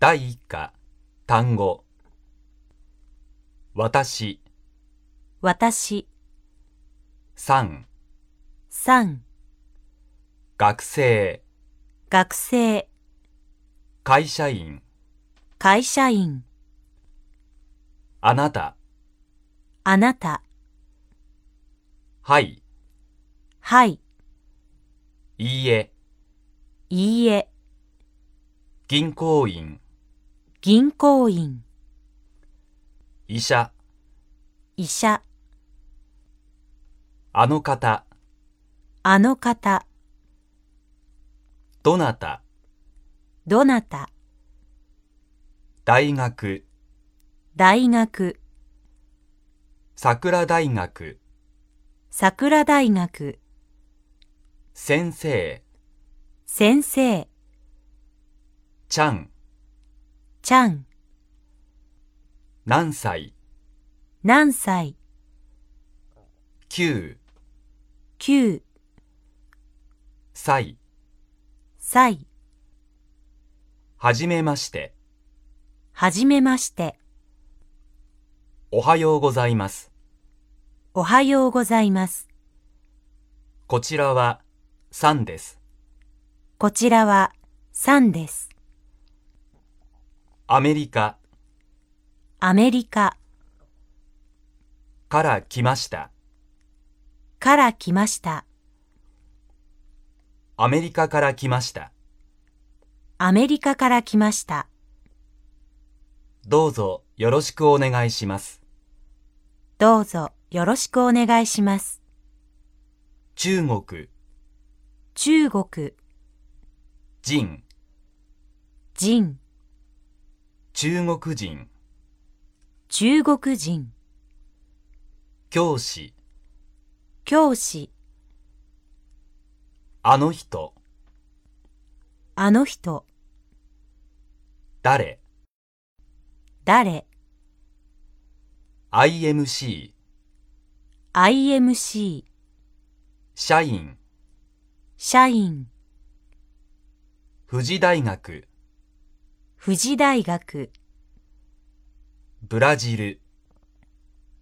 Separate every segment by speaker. Speaker 1: 第一課、単語。私、
Speaker 2: 私、
Speaker 1: さん、
Speaker 2: さん、
Speaker 1: 学生、
Speaker 2: 学生、
Speaker 1: 会社員、
Speaker 2: 会社員、
Speaker 1: あなた、
Speaker 2: あなた、
Speaker 1: はい、
Speaker 2: はい、
Speaker 1: いいえ、
Speaker 2: いいえ、
Speaker 1: 銀行員、
Speaker 2: 銀行員、
Speaker 1: 医者、
Speaker 2: 医者、
Speaker 1: あの方、
Speaker 2: あの方、
Speaker 1: どなた、
Speaker 2: どなた、
Speaker 1: 大学、
Speaker 2: 大学、
Speaker 1: 桜大学、
Speaker 2: 桜大学、
Speaker 1: 先生、
Speaker 2: 先生、
Speaker 1: ちゃん、
Speaker 2: ちゃん、
Speaker 1: 何歳、
Speaker 2: 何歳、
Speaker 1: 九、
Speaker 2: 9
Speaker 1: 歳、
Speaker 2: 歳、
Speaker 1: はじめまして、
Speaker 2: はじめまして、
Speaker 1: おはようございます。
Speaker 2: おはようございます。
Speaker 1: こちらは、さんです。
Speaker 2: こちらは、さんです。
Speaker 1: アメリカ
Speaker 2: アメリカ
Speaker 1: から来ました。
Speaker 2: から来ました。
Speaker 1: アメリカから来ました。
Speaker 2: アメリカから来ました。
Speaker 1: どうぞよろしくお願いします。
Speaker 2: どうぞよろしくお願いします。
Speaker 1: 中国、
Speaker 2: 中国、
Speaker 1: 人、
Speaker 2: 人、
Speaker 1: 中国人、
Speaker 2: 中国人、
Speaker 1: 教師、
Speaker 2: 教師、
Speaker 1: あの人、
Speaker 2: あの人、
Speaker 1: 誰、
Speaker 2: 誰、
Speaker 1: IMC、
Speaker 2: IMC、
Speaker 1: 社員、
Speaker 2: 社員、
Speaker 1: 富士大学、
Speaker 2: 富士大学、
Speaker 1: ブラジル、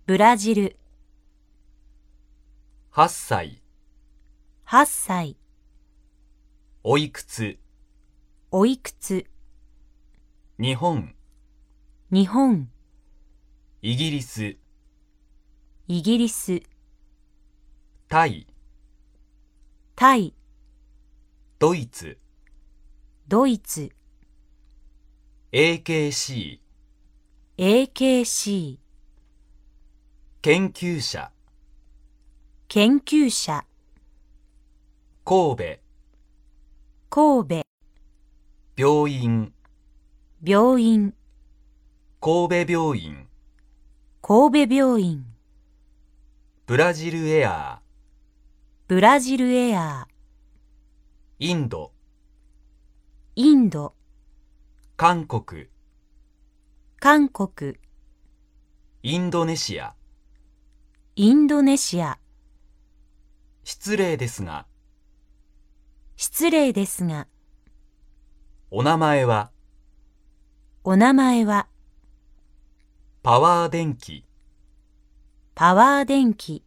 Speaker 2: ブラジル、
Speaker 1: 8歳、
Speaker 2: 8歳、
Speaker 1: おいくつ、
Speaker 2: おいくつ、
Speaker 1: 日本、
Speaker 2: 日本、
Speaker 1: イギリス、
Speaker 2: イギリス、
Speaker 1: タイ、
Speaker 2: タイ、
Speaker 1: ドイツ、
Speaker 2: ドイツ、
Speaker 1: AKC、
Speaker 2: AKC、
Speaker 1: 研究者、
Speaker 2: 研究者、
Speaker 1: 神
Speaker 2: 神戸、
Speaker 1: 戸、病院、
Speaker 2: 病院、
Speaker 1: 神戸病院、
Speaker 2: 神戸病院、
Speaker 1: ブラジルエア
Speaker 2: ブラジルエアー、
Speaker 1: ー、インド、
Speaker 2: インド、
Speaker 1: 韓国、
Speaker 2: 韓国、
Speaker 1: インドネシア、
Speaker 2: インドネシア、
Speaker 1: 失礼ですが、
Speaker 2: 失礼ですが、
Speaker 1: お名前は、
Speaker 2: お名前は、
Speaker 1: パワー電気、
Speaker 2: パワー電気、